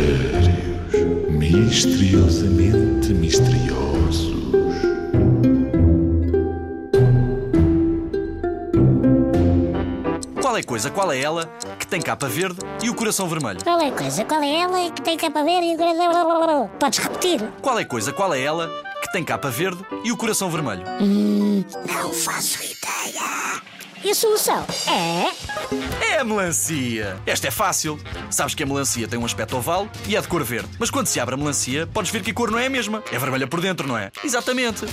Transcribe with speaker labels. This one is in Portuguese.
Speaker 1: Mistérios misteriosamente misteriosos.
Speaker 2: Qual é coisa, qual é ela, que tem capa verde e o coração vermelho?
Speaker 3: Qual é a coisa? Qual é ela que tem capa verde e o coração... Podes repetir?
Speaker 2: Qual é coisa, qual é ela, que tem capa verde e o coração vermelho?
Speaker 3: Não faço ideia. E a solução? É...
Speaker 2: É a melancia! Esta é fácil. Sabes que a melancia tem um aspecto oval e é de cor verde. Mas quando se abre a melancia, podes ver que a cor não é a mesma. É vermelha por dentro, não é? Exatamente.